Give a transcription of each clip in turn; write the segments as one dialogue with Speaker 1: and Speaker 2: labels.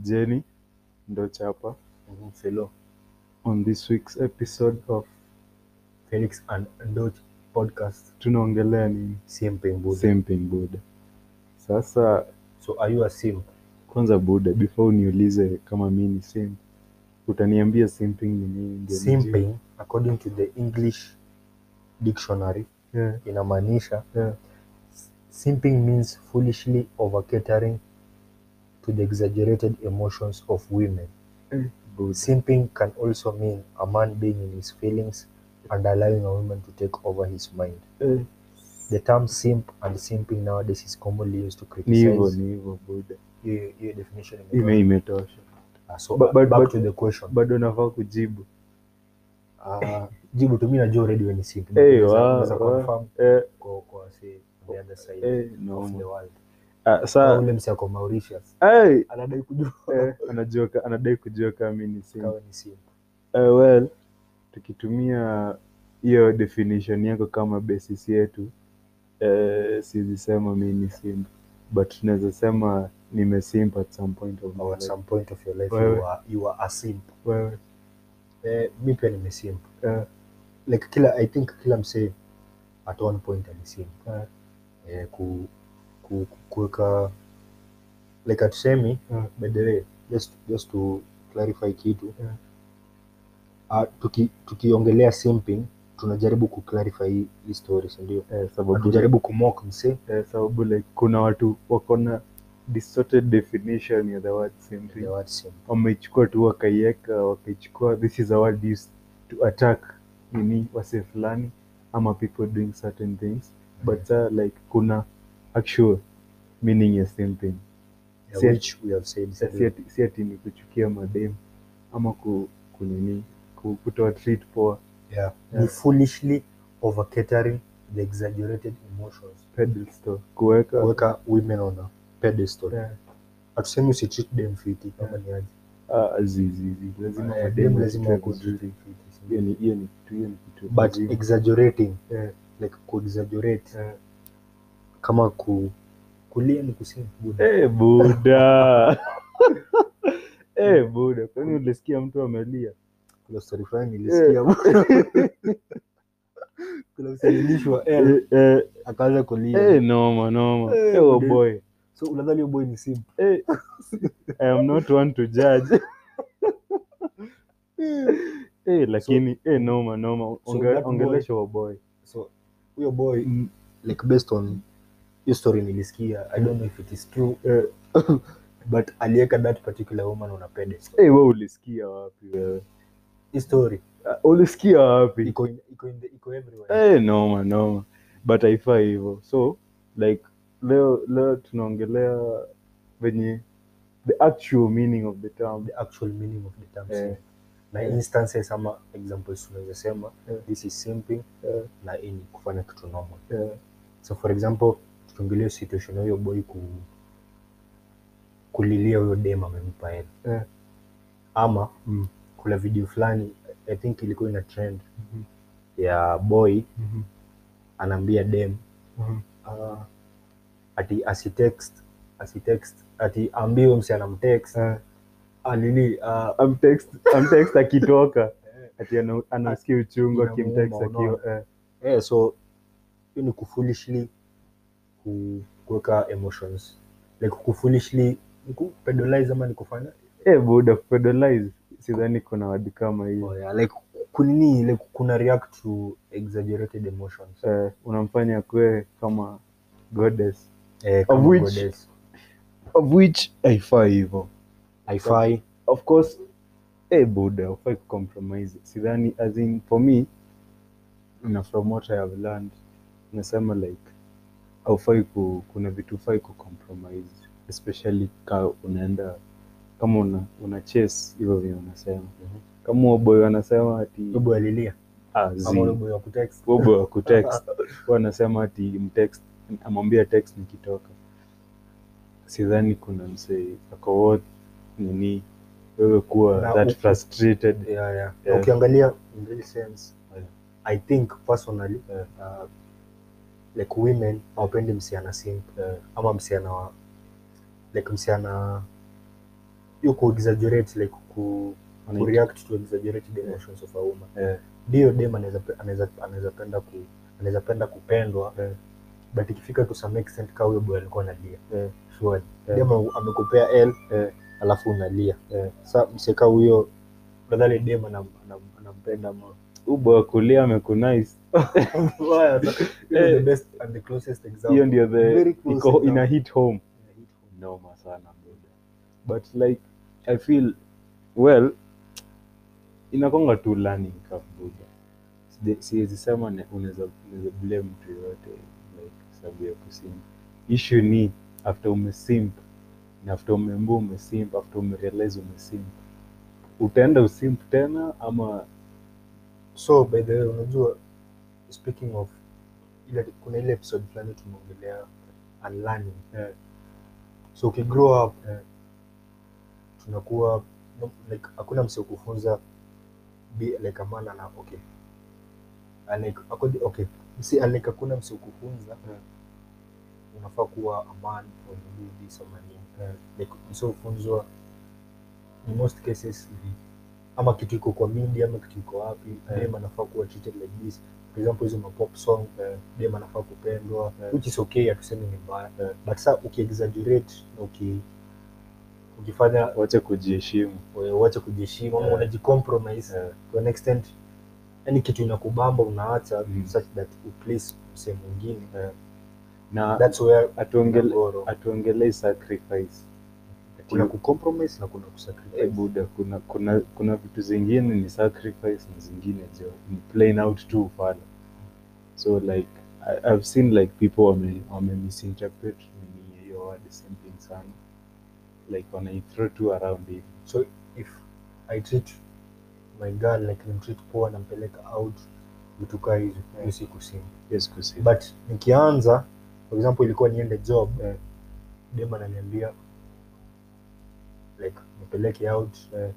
Speaker 1: Jeni Ndochapa
Speaker 2: Onselo,
Speaker 1: on this week's episode of
Speaker 2: Felix and Dutch podcast,
Speaker 1: tunaongelea nini?
Speaker 2: same thing Buddha.
Speaker 1: Same thing buda. Sasa
Speaker 2: So are you a sim?
Speaker 1: kwanza buda, before uniulize kama mi ni simp, utaniambia simping ni nini? ndio nijue.
Speaker 2: Simping according to the English dictionary
Speaker 1: Yeah,
Speaker 2: inamaanisha
Speaker 1: yeah.
Speaker 2: simping means foolishly over catering to the exaggerated emotions of women.
Speaker 1: Eh, buda.
Speaker 2: Simping can also mean a man being in his feelings and allowing a woman to take over his mind.
Speaker 1: Eh,
Speaker 2: The term simp and simping nowadays is commonly used to
Speaker 1: ni
Speaker 2: criticize
Speaker 1: hivyo ni hivyo buda,
Speaker 2: hiyo hiyo definition imetoka.
Speaker 1: ime imetosha.
Speaker 2: Ah, so
Speaker 1: But- but-
Speaker 2: back
Speaker 1: but-
Speaker 2: to the question
Speaker 1: Bado nafaa kujibu
Speaker 2: Ah, jibu tu mimi najua already wewe ni simp
Speaker 1: Eh,
Speaker 2: Unaweza-
Speaker 1: wa-
Speaker 2: unaweza
Speaker 1: wa-
Speaker 2: confirm
Speaker 1: eh,
Speaker 2: kwa kwa say on the other side
Speaker 1: eh,
Speaker 2: of the
Speaker 1: no.
Speaker 2: world
Speaker 1: Ah,
Speaker 2: Kama
Speaker 1: saa
Speaker 2: ule msi ako Mauritius
Speaker 1: eh,
Speaker 2: anadai kujua
Speaker 1: eh, anajua ka- anadai kujua kama mi ni simp.
Speaker 2: kama ni simp
Speaker 1: Uh, well, tukitumia hiyo definition yako kama basis yetu uh, siwezisema mi ni simp but tunaweza sema nimesimp at some point of my
Speaker 2: or at
Speaker 1: life.
Speaker 2: some point of your life
Speaker 1: Wewe.
Speaker 2: you are you are a simp
Speaker 1: Wewe,
Speaker 2: eh mimi pia nime simp
Speaker 1: eh,
Speaker 2: like kila i think kila msee at one point ali simp
Speaker 1: eh,
Speaker 2: eh ku ku ku- kuweka like atusemi
Speaker 1: eh,
Speaker 2: by the way just just to clarify kitu
Speaker 1: Yeah.
Speaker 2: Ah, tuki tukiongelea simping tunajaribu kuclarify hii- hii story sindio
Speaker 1: eh, sababu
Speaker 2: tujaribu kumok mse
Speaker 1: eh, sababu like kuna watu wako na distorted definition ya the word simp
Speaker 2: the word simp
Speaker 1: wameichukua tu wakaiweka wakaichukua this is a word used to attack nini wase fulani ama people doing certain things but uh, like kuna actual meaning ya same thing
Speaker 2: yeah,
Speaker 1: si-
Speaker 2: which we have said
Speaker 1: Si- si
Speaker 2: sindio?
Speaker 1: ati- si ati ni kuchukia madem ama ku, kunini ku- kutoa treat poa
Speaker 2: yeah.
Speaker 1: Yeah.
Speaker 2: ni foolishly over catering the exaggerated emotions
Speaker 1: pedal store kuweka
Speaker 2: kuweka women on a pedestal
Speaker 1: Yeah.
Speaker 2: hatusemi usitreat dem fiti kama ni aje
Speaker 1: Ah, zi- zi- zi. lazima
Speaker 2: Eh,
Speaker 1: madem
Speaker 2: dem
Speaker 1: wajitreat
Speaker 2: lazima wakutreat
Speaker 1: vizuri.
Speaker 2: fiti, sindio?
Speaker 1: hiyo ni hiyo ni kitu hiyo ni kitu
Speaker 2: but
Speaker 1: lazima.
Speaker 2: exaggerating
Speaker 1: Yeah,
Speaker 2: like kuexaggerate
Speaker 1: yeah.
Speaker 2: kama ku kulia ni kusimp buda
Speaker 1: Eh, buda Eh, buda kwani ulisikia mtu amelia
Speaker 2: kuna story fulani nilisikia kuna msailishwa L
Speaker 1: Eh, eh,
Speaker 2: akaanza kulia
Speaker 1: eh, noma noma
Speaker 2: Eh,
Speaker 1: Eh, oh
Speaker 2: buda.
Speaker 1: boy
Speaker 2: so unadhani huyo boy ni simp
Speaker 1: Hey, I am not one to judge. hey, Eh, lakini hey, noma noma Onge,
Speaker 2: that boy-
Speaker 1: ongelesha oh waboy
Speaker 2: so huyo boy like based on hiyo story nilisikia i don't know if it is true
Speaker 1: Eh.
Speaker 2: but aliweka that particular woman on a pedestal Eh,
Speaker 1: hey, we Eh, ulisikia wapi wewe
Speaker 2: hii story
Speaker 1: Ah, ulisikia wapi
Speaker 2: iko in, iko in the, iko everywhere
Speaker 1: hey, noma noma but haifaa hivyo so like leo leo tunaongelea venye the actual meaning of the term
Speaker 2: the actual meaning of the term
Speaker 1: Eh.
Speaker 2: simp na
Speaker 1: Eh.
Speaker 2: instances ama examples tunaweza sema
Speaker 1: Eh.
Speaker 2: this is simping
Speaker 1: Eh.
Speaker 2: na hii ni kufanya kitu normal
Speaker 1: Eh,
Speaker 2: so for example tukiongelea situation ya huyo boy ku, kulilia huyo dem amempa hela
Speaker 1: Eh.
Speaker 2: ama
Speaker 1: mm,
Speaker 2: kuna video fulani i think ilikuwa ina trend
Speaker 1: mhm,
Speaker 2: ya boy
Speaker 1: mhm,
Speaker 2: anaambia dem
Speaker 1: mhm.
Speaker 2: uh, ati asitext asitext ati ambiwe msi anamtext
Speaker 1: Eh,
Speaker 2: anini uh,
Speaker 1: I'm text- I'm text akitoka ati ana- anasikia uchungu
Speaker 2: Inamuuma,
Speaker 1: akimtext
Speaker 2: unaona.
Speaker 1: akiwa eh,
Speaker 2: yeah, so hiyo ni kufulishly kuweka emotions like kufulishly ni kupedolize ama ni kufanya
Speaker 1: Eh, buda pedalize sidhani kuna wadi kama hiyo
Speaker 2: Oh, yeah. like kunini like kuna react to exaggerated emotions
Speaker 1: eh, unamfanya kwe kama goddess
Speaker 2: eh,
Speaker 1: Of
Speaker 2: kama
Speaker 1: which-
Speaker 2: goddess.
Speaker 1: of which haifaa hivyo
Speaker 2: haifai
Speaker 1: of course eh, buda ufai kucompromise sidhani as in for me na from what i have learned nasema like aufai ku, kuna vitu ufai kucompromise especially ka unaenda kama una, una chase hivyo vile unasema
Speaker 2: Mhm.
Speaker 1: kama huyo boy anasema ati
Speaker 2: ubo alilia
Speaker 1: ah,
Speaker 2: ama
Speaker 1: zi-
Speaker 2: ubo wa kutext
Speaker 1: bobo wa kutext huwa anasema ati mtext amwambia text nikitoka sidhani kuna msee ako worth nini wewe kuwa
Speaker 2: Na
Speaker 1: that
Speaker 2: uku-
Speaker 1: frustrated
Speaker 2: yeah, yeah.
Speaker 1: Yeah.
Speaker 2: ukiangalia in real sense
Speaker 1: Yeah.
Speaker 2: i think personally
Speaker 1: Yeah.
Speaker 2: uh, like women hawapendi msichana simp
Speaker 1: Yeah.
Speaker 2: ama msichana wa like msichana hiyo kuexaggerate like ku
Speaker 1: Wanaita-
Speaker 2: react to exaggerated emotions of a woman
Speaker 1: Eh,
Speaker 2: ndio dem anaweza pe- anaweza anaweza penda ku anaweza penda kupendwa
Speaker 1: Eh.
Speaker 2: but ikifika to some extent ka huyo boy alikuwa analia
Speaker 1: Eh.
Speaker 2: sure
Speaker 1: Eh.
Speaker 2: dem ame- amekupea L
Speaker 1: Eh.
Speaker 2: alafu unalia
Speaker 1: Eh.
Speaker 2: sa mseka huyo badhali dem anam- anam- anampenda ama
Speaker 1: ubo wa kulia amekunice
Speaker 2: Why? Hiyo ni the
Speaker 1: Eh.
Speaker 2: best and the closest example
Speaker 1: hiyo ndio the
Speaker 2: Very close
Speaker 1: iko ina
Speaker 2: example.
Speaker 1: hit home noma sana buda but like i feel well inakonga tu learning curve buda Sije- siwezi sema ne- unaweza unaweza blame mtu yoyote like sababu ya kusimp issue ni after umesimp na after umeambua umesimp after umerealize umesimp utaenda usimp tena ama
Speaker 2: so by the way unajua speaking of ile kuna ile episode fulani tumeongelea unlearning
Speaker 1: Yeah.
Speaker 2: so ukigrow up
Speaker 1: Yeah.
Speaker 2: tunakuwa no, like hakuna msio kufunza be like a man ana okay And like according- okay msi and like hakuna msio kufunza
Speaker 1: Yeah.
Speaker 2: unafaa kuwa a man or you do this or manini
Speaker 1: Yeah.
Speaker 2: like msio kufunzwa in most cases ni ama kitu iko kwa media ama kitu iko wapi
Speaker 1: Yeah.
Speaker 2: dem anafaa kuwa treated like this for example hizo mapop song
Speaker 1: Yeah.
Speaker 2: dem anafaa kupendwa
Speaker 1: Yeah.
Speaker 2: which is okay hatusemi ni mbaya
Speaker 1: Yeah.
Speaker 2: but sa ukiexaggerate na uki ukifanya
Speaker 1: wache kujiheshimu
Speaker 2: eh, uache kujiheshimu ama
Speaker 1: Yeah.
Speaker 2: unajicompromise
Speaker 1: Eh,
Speaker 2: to an extent yani kitu inakubamba unaacha
Speaker 1: Mm.
Speaker 2: such that uplace msee mwingine
Speaker 1: Yeah. na
Speaker 2: that's where
Speaker 1: atuongele
Speaker 2: mgogoro.
Speaker 1: atuongelei sacrifice
Speaker 2: kuna
Speaker 1: Ati-
Speaker 2: kucompromise na kuna
Speaker 1: Eh,
Speaker 2: kusacrifice
Speaker 1: buda kuna kuna kuna vitu zingine ni sacrifice na zingine jo ni plain out tu fala so like I, i've seen like people wame wame misinterpret nini hiyo word simping sana like wana throw tu around hivi
Speaker 2: so if i treat my girl like nimtreat poa nampeleka out vitu kaa hizo
Speaker 1: Yeah.
Speaker 2: yeah. sikusimu
Speaker 1: yes kusema
Speaker 2: but nikianza for example ilikuwa niende job
Speaker 1: Eh.
Speaker 2: dem ananiambia like nipeleke out eh,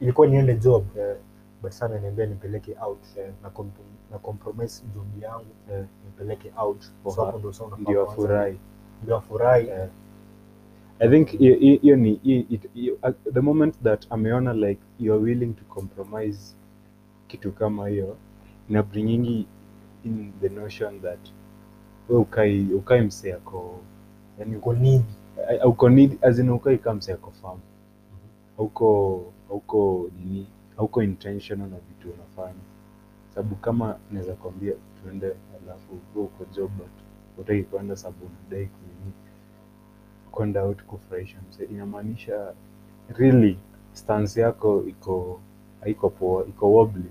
Speaker 2: ilikuwa niende job eh, but sana niambia nipeleke out
Speaker 1: Eh.
Speaker 2: na, comprom- na compromise job yangu
Speaker 1: Eh.
Speaker 2: nipeleke out
Speaker 1: For
Speaker 2: so
Speaker 1: her.
Speaker 2: hapo ndio sasa unafaa
Speaker 1: ndio
Speaker 2: kuanza-
Speaker 1: afurahi
Speaker 2: ndio afurahi
Speaker 1: Eh. i think hiyo- hiyo hiyo ni hiyo- it- hiyo- at uh, the moment that ameona like youare willing to compromise kitu kama hiyo ina bringingi in the notion that we ukai ukai msee ako yani
Speaker 2: niko nini
Speaker 1: uko- uko need as in ukai kama msee ako farm auko auko nini auko intentional na vitu unafanya sababu kama naweza kwambia tuende alafu wewe uko job but utaki kwenda sababu unadai kunini kwenda out kufurahisha mse inamaanisha really stance yako iko haiko poa iko wobbly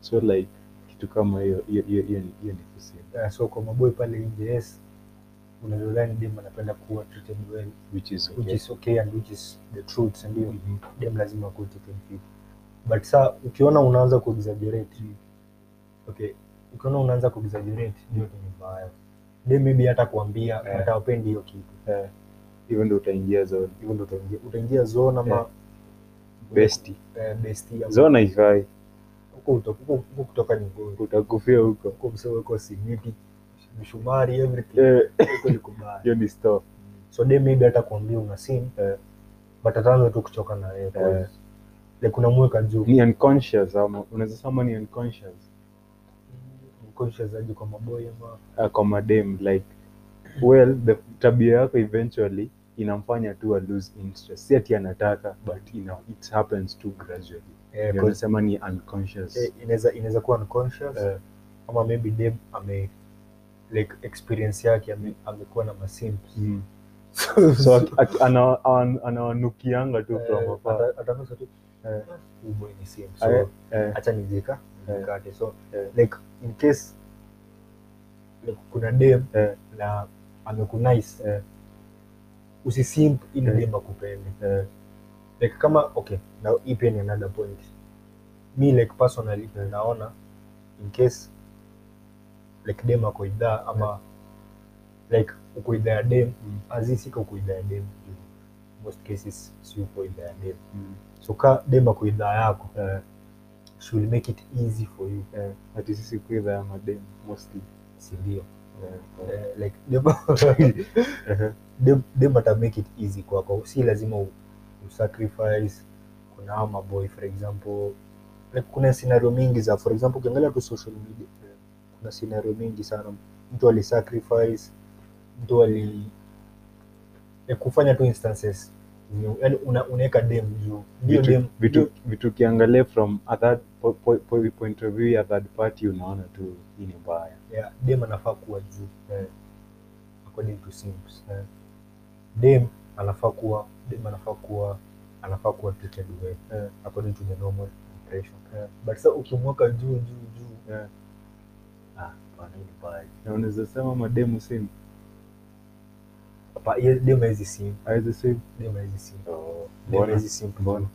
Speaker 1: so like kitu kama hiyo hiyo hiyo hiyo ni- hiyo ni kusema
Speaker 2: Yeah, eh, so kwa maboy pale nje yes unazodhani dem anapenda kuwa treated well
Speaker 1: which is
Speaker 2: which
Speaker 1: okay.
Speaker 2: is okay and which is the truth sindio
Speaker 1: Mhm.
Speaker 2: dem lazima akuwe taken fit but saa ukiona unaanza kuexaggerate okay ukiona unaanza kuexaggerate ndio tu ni mbaya dem maybe hata kuambia
Speaker 1: Eh.
Speaker 2: hata wapendi hiyo kitu
Speaker 1: Eh, hivyo ndio utaingia zone
Speaker 2: hivyo ndio utaingia utaingia zone ama
Speaker 1: besti
Speaker 2: eh, besti ama-
Speaker 1: zone haifai
Speaker 2: huko uto- huko huko kutoka ni ngumu
Speaker 1: utakufia huko
Speaker 2: huko msee weko simiti mshumari everything
Speaker 1: Eh,
Speaker 2: huko ni kubaya
Speaker 1: hiyo ni store
Speaker 2: so dem maybe hata kuambia una sim
Speaker 1: Eh.
Speaker 2: but ataanza tu kuchoka na yeye
Speaker 1: Eh.
Speaker 2: like unamweka juu
Speaker 1: ni unconscious ama unaweza sema ni unconscious
Speaker 2: conscious aje kwa maboy ama
Speaker 1: uh, kwa madem like well the tabia yako eventually inamfanya tu a lose interest si ati anataka but you know, it happens too gradually
Speaker 2: eh,
Speaker 1: Ndio
Speaker 2: cause-
Speaker 1: nasema ni unconscious
Speaker 2: eh, inaweza inaweza kuwa unconscious
Speaker 1: Eh,
Speaker 2: ama maybe dem ame like experience yake ame, amekuwa na masimps
Speaker 1: mm. so aki- aki- ana- ana- anawanukianga tu
Speaker 2: eh,
Speaker 1: from afar
Speaker 2: atanusa tu
Speaker 1: Eh.
Speaker 2: "Ah, boy ni simp
Speaker 1: Eh,
Speaker 2: so
Speaker 1: eh,
Speaker 2: acha nijika
Speaker 1: Eh.
Speaker 2: nikate so
Speaker 1: Eh.
Speaker 2: like in case like, kuna dem
Speaker 1: Eh.
Speaker 2: na amekunice
Speaker 1: Eh.
Speaker 2: usisimp ili
Speaker 1: Eh.
Speaker 2: dem akupende
Speaker 1: eh,
Speaker 2: like kama okay na hii pia ni another point mi like personally naona in case like dem ako idhaa ama like uko idhaa ya dem
Speaker 1: Mm.
Speaker 2: azisika uko idhaa ya dem most cases si uko idhaa ya dem
Speaker 1: mm,
Speaker 2: so ka dem ako idhaa yako
Speaker 1: eh,
Speaker 2: she will make it easy for you
Speaker 1: eh, ati sisi kuidha ya madem mostly
Speaker 2: sindio
Speaker 1: Eh, eh,
Speaker 2: Eh, like dem-
Speaker 1: eh,
Speaker 2: dem- dem ata make it easy kwako si lazima u- kusacrifice kuna hawa maboy for example like kuna scenario mingi za for example ukiangalia tu social media eh, kuna scenario mingi sana mtu alisacrifice mtu ali like kufanya tu instances yani una, unaweka dem juu ndio
Speaker 1: Vitu-
Speaker 2: dem
Speaker 1: vitu-
Speaker 2: ndio-
Speaker 1: vitu ukiangalia from a third po- po- po- point of view ya third party unaona tu hii ni mbaya
Speaker 2: yeah, dem anafaa kuwa juu eh, according to Sims eh. dem anafaa kuwa dem anafaa kuwa anafaa kuwa treated well eh, according to the normal impression eh. but sasa ukimweka juu juu juu
Speaker 1: Yeah. Ah, bwana, hii ni mbaya. na unaweza sema mademu same
Speaker 2: hapa ye- dem haizi sim
Speaker 1: hawezi same
Speaker 2: dem haizi sim dem
Speaker 1: Oh, Mbona?
Speaker 2: haizi sim
Speaker 1: Mbona?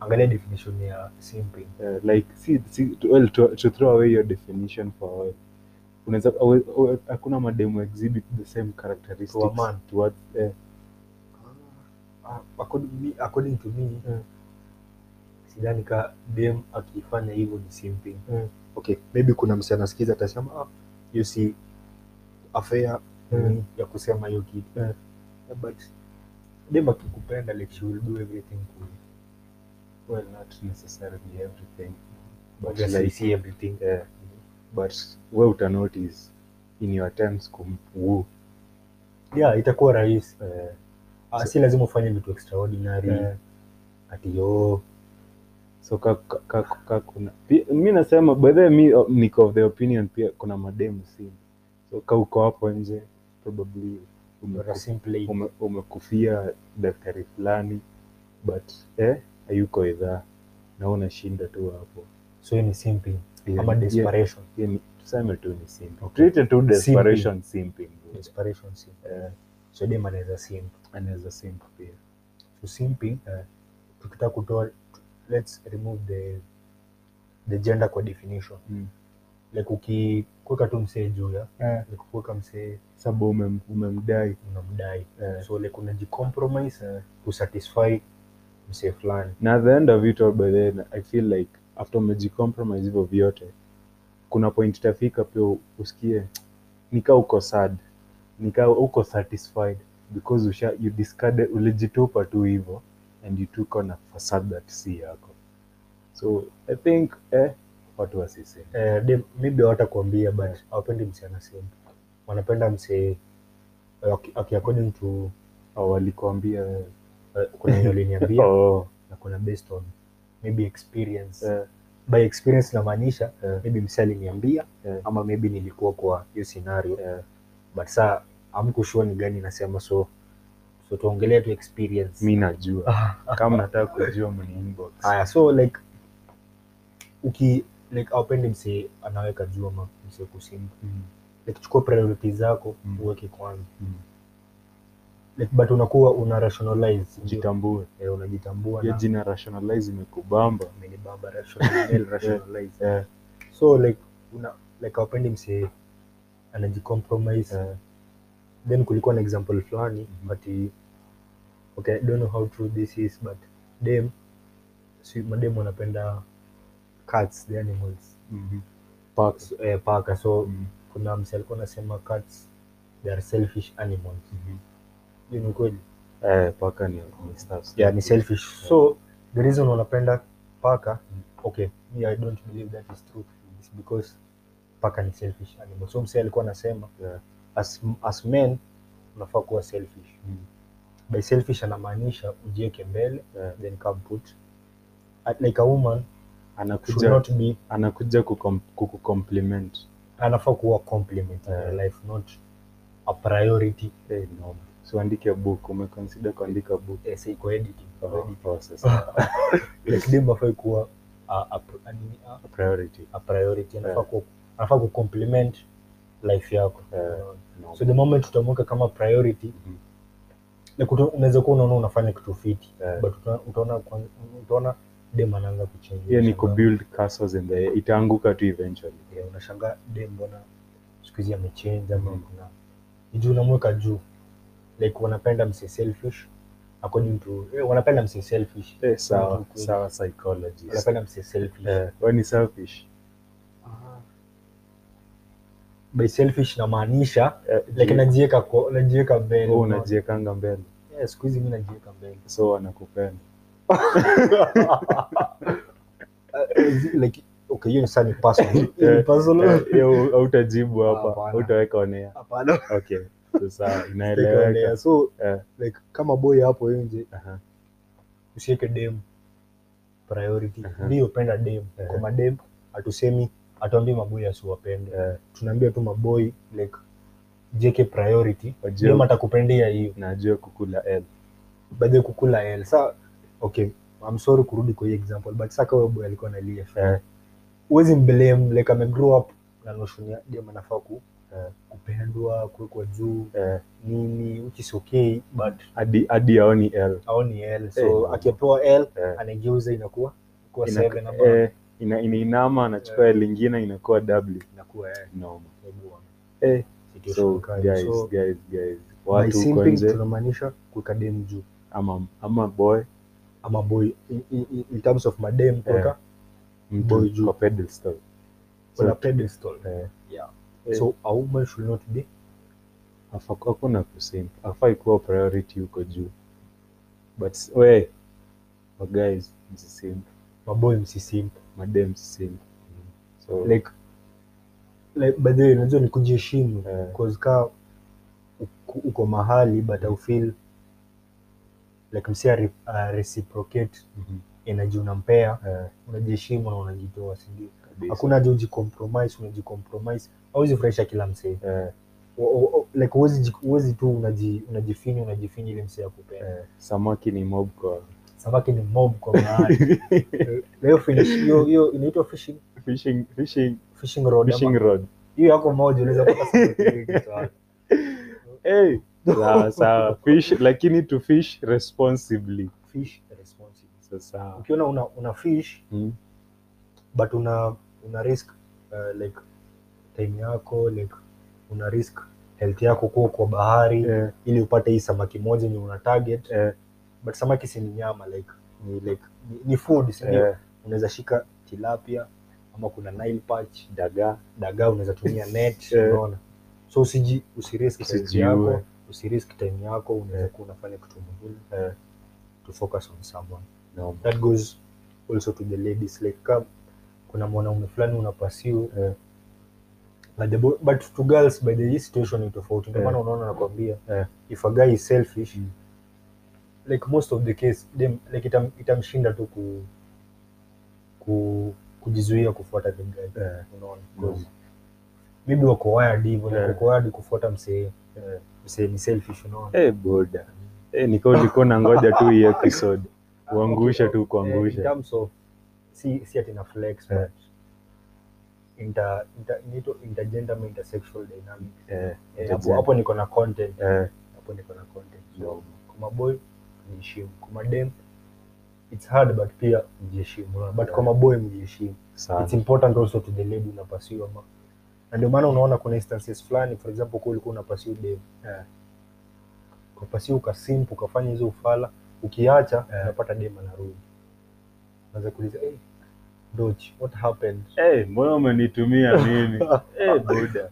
Speaker 2: angalia definition ya simping
Speaker 1: Eh, like see, see, to, well, to, to throw away your definition for a while unaweza awe- awe- hakuna mademu exhibit the same characteristics
Speaker 2: To a man.
Speaker 1: towards, eh,
Speaker 2: Ah, according, me, according to me
Speaker 1: Mm.
Speaker 2: sidhani ka dem akifanya hivyo ni simping
Speaker 1: Mm.
Speaker 2: okay maybe kuna msi anasikiza atasema ah, hiyo si afea
Speaker 1: Mm.
Speaker 2: ya kusema hiyo kitu
Speaker 1: Mm.
Speaker 2: but dem akikupenda like she will do everything for you.
Speaker 1: well not necessarily everything but
Speaker 2: Obviously,
Speaker 1: like,
Speaker 2: si everything
Speaker 1: eh, but we utanotice in your attempts kumwoo
Speaker 2: yeah itakuwa rahisi
Speaker 1: eh,
Speaker 2: Ah,
Speaker 1: So-
Speaker 2: si lazima ufanye vitu extraordinary
Speaker 1: eh,
Speaker 2: ati "Oh, yo
Speaker 1: so ka, ka, ka, ka kuna pi- mi nasema by the way, mi o- niko of the opinion pia kuna mademu si so ka uko hapo nje probably umeku-
Speaker 2: you're a simp lady.
Speaker 1: ume- umekufia daktari fulani but eh, hayuko idhaa na unashinda tu hapo
Speaker 2: so hiyo ni simping
Speaker 1: Hiyo
Speaker 2: ama
Speaker 1: ni-
Speaker 2: desperation
Speaker 1: hiyo ni- tuseme tu ni simping.
Speaker 2: Okay.
Speaker 1: Tuite tu desperation simping
Speaker 2: desperation simp
Speaker 1: Eh,
Speaker 2: so dem anaweza simp
Speaker 1: anaweza simp pia
Speaker 2: so simping
Speaker 1: Eh.
Speaker 2: tukitaka kutoa tu- let's remove the the gender kwa definition
Speaker 1: Mm.
Speaker 2: like ukiweka tu msee juu ya like kuweka msee
Speaker 1: sababu umem- umemdai
Speaker 2: unamdai
Speaker 1: eh,
Speaker 2: so like unajicompromise eh, kusatisfy msee fulani
Speaker 1: na at the end of it all by then i feel like after umejicompromise hivyo vyote kuna point itafika pia usikie nikaa uko sad nikaa uko satisfied because usha, you discarded ulijitupa tu hivyo and you took on a facade that si yako so i think eh, watu wasiseme
Speaker 2: eh, dem maybe hawatakuambia but hawapendi msee anasimp wanapenda msee eh, aki- aki according to
Speaker 1: au walikuambia eh,
Speaker 2: eh, kuna wenye waliniambia
Speaker 1: oh,
Speaker 2: na kuna based on maybe experience
Speaker 1: eh,
Speaker 2: by experience namaanisha
Speaker 1: Eh.
Speaker 2: maybe msee aliniambia
Speaker 1: Eh.
Speaker 2: ama maybe nilikuwa kwa hiyo scenario
Speaker 1: eh,
Speaker 2: but saa amkushua ni gani nasema so so tuongelea tu experience
Speaker 1: mi najua kama nataka kujua mni inbox
Speaker 2: haya so like uki like aupendi msee anaweka juu ama msee kusimba
Speaker 1: Mm,
Speaker 2: like chukua priority zako
Speaker 1: Mm.
Speaker 2: uweke kwanza
Speaker 1: mm.
Speaker 2: like but unakuwa una rationalize
Speaker 1: jitambue
Speaker 2: eh, unajitambua
Speaker 1: hiyo
Speaker 2: na
Speaker 1: jina rationalize imekubamba
Speaker 2: amenibamba rationalize rationalize
Speaker 1: eh,
Speaker 2: so like una like aupendi msee anajicompromise
Speaker 1: eh.
Speaker 2: then kulikuwa na example fulani
Speaker 1: Mhm.
Speaker 2: ati okay i don't know how true this is but dem si madem wanapenda cats the animals
Speaker 1: Mhm.
Speaker 2: paks eh, paka so
Speaker 1: Mhm.
Speaker 2: kuna mse alikuwa anasema cats they are selfish animals
Speaker 1: Mhm.
Speaker 2: hiyo ni kweli
Speaker 1: Eh, paka ni ni stuff.
Speaker 2: yeah ni selfish so the reason wanapenda paka okay me i don't believe that is true is because paka ni selfish animal so mse alikuwa anasema
Speaker 1: Yeah.
Speaker 2: as, as men unafaa kuwa selfish
Speaker 1: Mm.
Speaker 2: by selfish anamaanisha ujiweke mbele
Speaker 1: Yeah.
Speaker 2: then come put At, like a woman should
Speaker 1: anakuja
Speaker 2: not be
Speaker 1: anakuja kukom- kukucompliment
Speaker 2: anafaa kuwa compliment in
Speaker 1: Yeah.
Speaker 2: your life not a priority
Speaker 1: Eh, no. so andike book umeconsider kuandika book
Speaker 2: eh, say kwa editing kwa
Speaker 1: Oh,
Speaker 2: editing
Speaker 1: oh, sasa.
Speaker 2: like dem afai kuwa a, a, pr- a, nini, a,
Speaker 1: priority
Speaker 2: a priority anafaa
Speaker 1: Yeah.
Speaker 2: ku anafaa ku compliment life yako
Speaker 1: Yeah.
Speaker 2: Unaona?
Speaker 1: no.
Speaker 2: so the moment utamweka kama priority
Speaker 1: Eh. Mhm.
Speaker 2: like uta- unaweza kuwa unaona unafanya kitu fiti
Speaker 1: Yeah.
Speaker 2: but uta- utaona kwan- utaona dem anaanza kuchange
Speaker 1: hiyo ni
Speaker 2: Unashangaa-
Speaker 1: kubuild castles in the air. itaanguka tu eventually
Speaker 2: Yeah, unashangaa de mbona siku hizi amechange ama
Speaker 1: Mhm.
Speaker 2: kuna ni juu unamweka juu like wanapenda mse selfish according to eh, wanapenda mse selfish
Speaker 1: eh, sawa
Speaker 2: Ukweli.
Speaker 1: sawa psychologist
Speaker 2: wanapenda mse selfish
Speaker 1: eh, wewe ni selfish
Speaker 2: by selfish namaanisha
Speaker 1: eh,
Speaker 2: like
Speaker 1: ji-
Speaker 2: najiweka ko- najiweka mbele
Speaker 1: wewe
Speaker 2: unaona?
Speaker 1: unajiekanga mbele
Speaker 2: yeah, siku hizi mi najiweka mbele
Speaker 1: so wanakupenda
Speaker 2: Uh, like okay hiyo ni sani personal Hiyo ni
Speaker 1: Yeah.
Speaker 2: personal
Speaker 1: Eh, hautajibu hapa
Speaker 2: Hapana.
Speaker 1: hautaweka onea
Speaker 2: hapana
Speaker 1: okay so sawa
Speaker 2: Sijaonea.
Speaker 1: inaeleweka
Speaker 2: so
Speaker 1: Eh.
Speaker 2: like kama boy hapo nje
Speaker 1: Aha.
Speaker 2: usiweke dem priority
Speaker 1: Aha.
Speaker 2: ndio upenda dem
Speaker 1: Eh.
Speaker 2: kwa madem hatusemi hatuambii maboy asiwapende
Speaker 1: Eh,
Speaker 2: tunaambia tu maboy like jeke priority
Speaker 1: wajue-
Speaker 2: dem atakupendea hiyo
Speaker 1: na ajue kukula L.
Speaker 2: badhe kukula hel sa okay I'm sorry kurudi kwa hii example but saka wewe boy alikuwa analia
Speaker 1: Eh.
Speaker 2: huwezi mblame like ame grow up na notion ya dem anafaa ku
Speaker 1: Eh.
Speaker 2: kupendwa kuwekwa juu
Speaker 1: Eh,
Speaker 2: nini which is okay but
Speaker 1: hadi hadi aoni L.
Speaker 2: aoni L so
Speaker 1: Eh.
Speaker 2: akipewa L
Speaker 1: Eh.
Speaker 2: anageuza inakuwa kuwa
Speaker 1: Ina-
Speaker 2: seven ama
Speaker 1: eh, ina- inainama anachukua L ingine inakuwa W.
Speaker 2: inakuwa L
Speaker 1: Noma.
Speaker 2: Hebu ona.
Speaker 1: Eh,
Speaker 2: Situation
Speaker 1: so
Speaker 2: kali.
Speaker 1: guys,
Speaker 2: So,
Speaker 1: guys, guys,
Speaker 2: by
Speaker 1: watu huko
Speaker 2: simping
Speaker 1: nje
Speaker 2: tunamaanisha kuweka dem juu
Speaker 1: ama ama boy
Speaker 2: ama boy in, in, in terms of madem kuweka Boy
Speaker 1: mtu
Speaker 2: juu.
Speaker 1: kwa pedestal. So,
Speaker 2: on a pedestal
Speaker 1: eh, Eh.
Speaker 2: so a woman should not be
Speaker 1: afa- hakuna kusim afai kuwa priority huko juu but s- we wa guys msisim
Speaker 2: maboy msisimp
Speaker 1: madem msisim so
Speaker 2: like like by the way unajua ni kujiheshimu
Speaker 1: Eh.
Speaker 2: because ka uko- uko mahali but au feel like msi are- are reciprocate
Speaker 1: mhm,
Speaker 2: energy unampea
Speaker 1: eh,
Speaker 2: unajiheshimu na unajitoa sindio
Speaker 1: kabisa.
Speaker 2: hakuna haja ujicompromise unajicompromise hauwezi furahisha kila msee
Speaker 1: Eh,
Speaker 2: O- o- o- like huwezi ji- huwezi tu unaji- unajifinya unajifinya ili msee akupenda
Speaker 1: eh, samaki ni mob kwa
Speaker 2: samaki ni mob kwa bahari Na hiyo finish hiyo hiyo inaitwa fishing
Speaker 1: fishing fishing
Speaker 2: fishing rod ama-
Speaker 1: fishing rod
Speaker 2: hiyo yako moja unaweza pata samaki wengi sana.
Speaker 1: hey. sawa sawa fish lakini to fish responsibly
Speaker 2: fish responsible
Speaker 1: so sawa
Speaker 2: ukiona una, una fish
Speaker 1: mm.
Speaker 2: but una una risk uh, like time yako like una risk health yako kuwa kwa bahari
Speaker 1: eh,
Speaker 2: ili upate hii samaki moja yenye una target
Speaker 1: eh,
Speaker 2: but samaki si ni nyama like ni like ni, ni food si ndio?
Speaker 1: eh,
Speaker 2: unaweza shika tilapia ama kuna nile perch
Speaker 1: dagaa
Speaker 2: dagaa unaweza tumia net
Speaker 1: Eh.
Speaker 2: unaona so usiji usirisk health
Speaker 1: Usijiue.
Speaker 2: yako usirisk time yako unaweza
Speaker 1: Eh.
Speaker 2: kuwa unafanya kitu muhimu
Speaker 1: Eh.
Speaker 2: to focus on someone
Speaker 1: no.
Speaker 2: that goes also to the ladies like kama kuna mwanaume fulani unapasiu
Speaker 1: Eh.
Speaker 2: but, the bo- but to girls by the way, hii situation ni tofauti ndio
Speaker 1: Eh.
Speaker 2: maana unaona nakwambia
Speaker 1: Eh.
Speaker 2: if a guy is selfish
Speaker 1: Mm.
Speaker 2: like most of the case them like itam, itamshinda tu ku, ku kujizuia kufuata the guy
Speaker 1: Eh.
Speaker 2: unaona
Speaker 1: No.
Speaker 2: Because maybe wako wired hivyo like
Speaker 1: Eh.
Speaker 2: wako wired kufuata msee
Speaker 1: Eh.
Speaker 2: msee ni selfish unaona
Speaker 1: Eh, boda Eh, nika ulikuwa na ngoja tu hii episode uangushe tu
Speaker 2: Eh, in
Speaker 1: kuangusha
Speaker 2: terms of si si ati na flex
Speaker 1: Eh.
Speaker 2: but inter inter nito intergender ama intersexual dynamic
Speaker 1: Eh,
Speaker 2: Eh, hapo
Speaker 1: intergender.
Speaker 2: hapo niko na content
Speaker 1: Eh,
Speaker 2: hapo niko na content so
Speaker 1: no.
Speaker 2: kwa maboy mjiheshimu kwa madem it's hard but pia mjiheshimu unaona? but kwa maboy mjiheshimu
Speaker 1: Sana.
Speaker 2: it's important also to the lady unapasiwa ama na ndio maana unaona kuna instances fulani for example kwa ulikuwa unapasiwa dem
Speaker 1: Eh.
Speaker 2: ukapasiwa ukasimpu ukafanya hizo ufala ukiacha
Speaker 1: Eh.
Speaker 2: unapata dem anarudi unaweza kuuliza hey, Doch, what happened
Speaker 1: Eh, mbona umenitumia mimi Eh, boda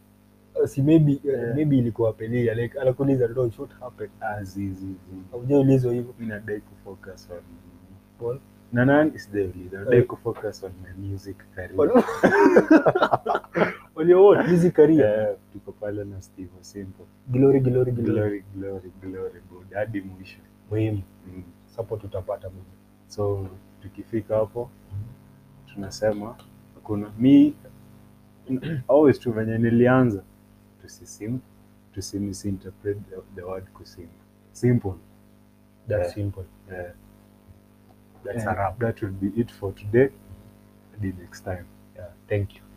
Speaker 2: Uh, si maybe uh,
Speaker 1: Eh.
Speaker 2: maybe ilikuwa pelia like anakuuliza Doch, what happened
Speaker 1: Ah, zi, zi, zi.
Speaker 2: haujaulizwa hivyo
Speaker 1: Mi nadai kufocus on
Speaker 2: Paul.
Speaker 1: na nani sijauliza nadai kufocus on my music career
Speaker 2: On- on your what music career
Speaker 1: Eh, tuko pale na Steve Simple
Speaker 2: glory glory glory
Speaker 1: glory glory glory good hadi mwisho
Speaker 2: muhimu
Speaker 1: mm.
Speaker 2: support utapata bro.
Speaker 1: so tukifika hapo tunasema kuna mi always tu venye nilianza tusisim tusimisinterpret the, the word kusim simple
Speaker 2: that's
Speaker 1: Eh.
Speaker 2: simple
Speaker 1: Eh,
Speaker 2: that's
Speaker 1: eh,
Speaker 2: a wrap
Speaker 1: that would be it for today hadi next time
Speaker 2: yeah. thank you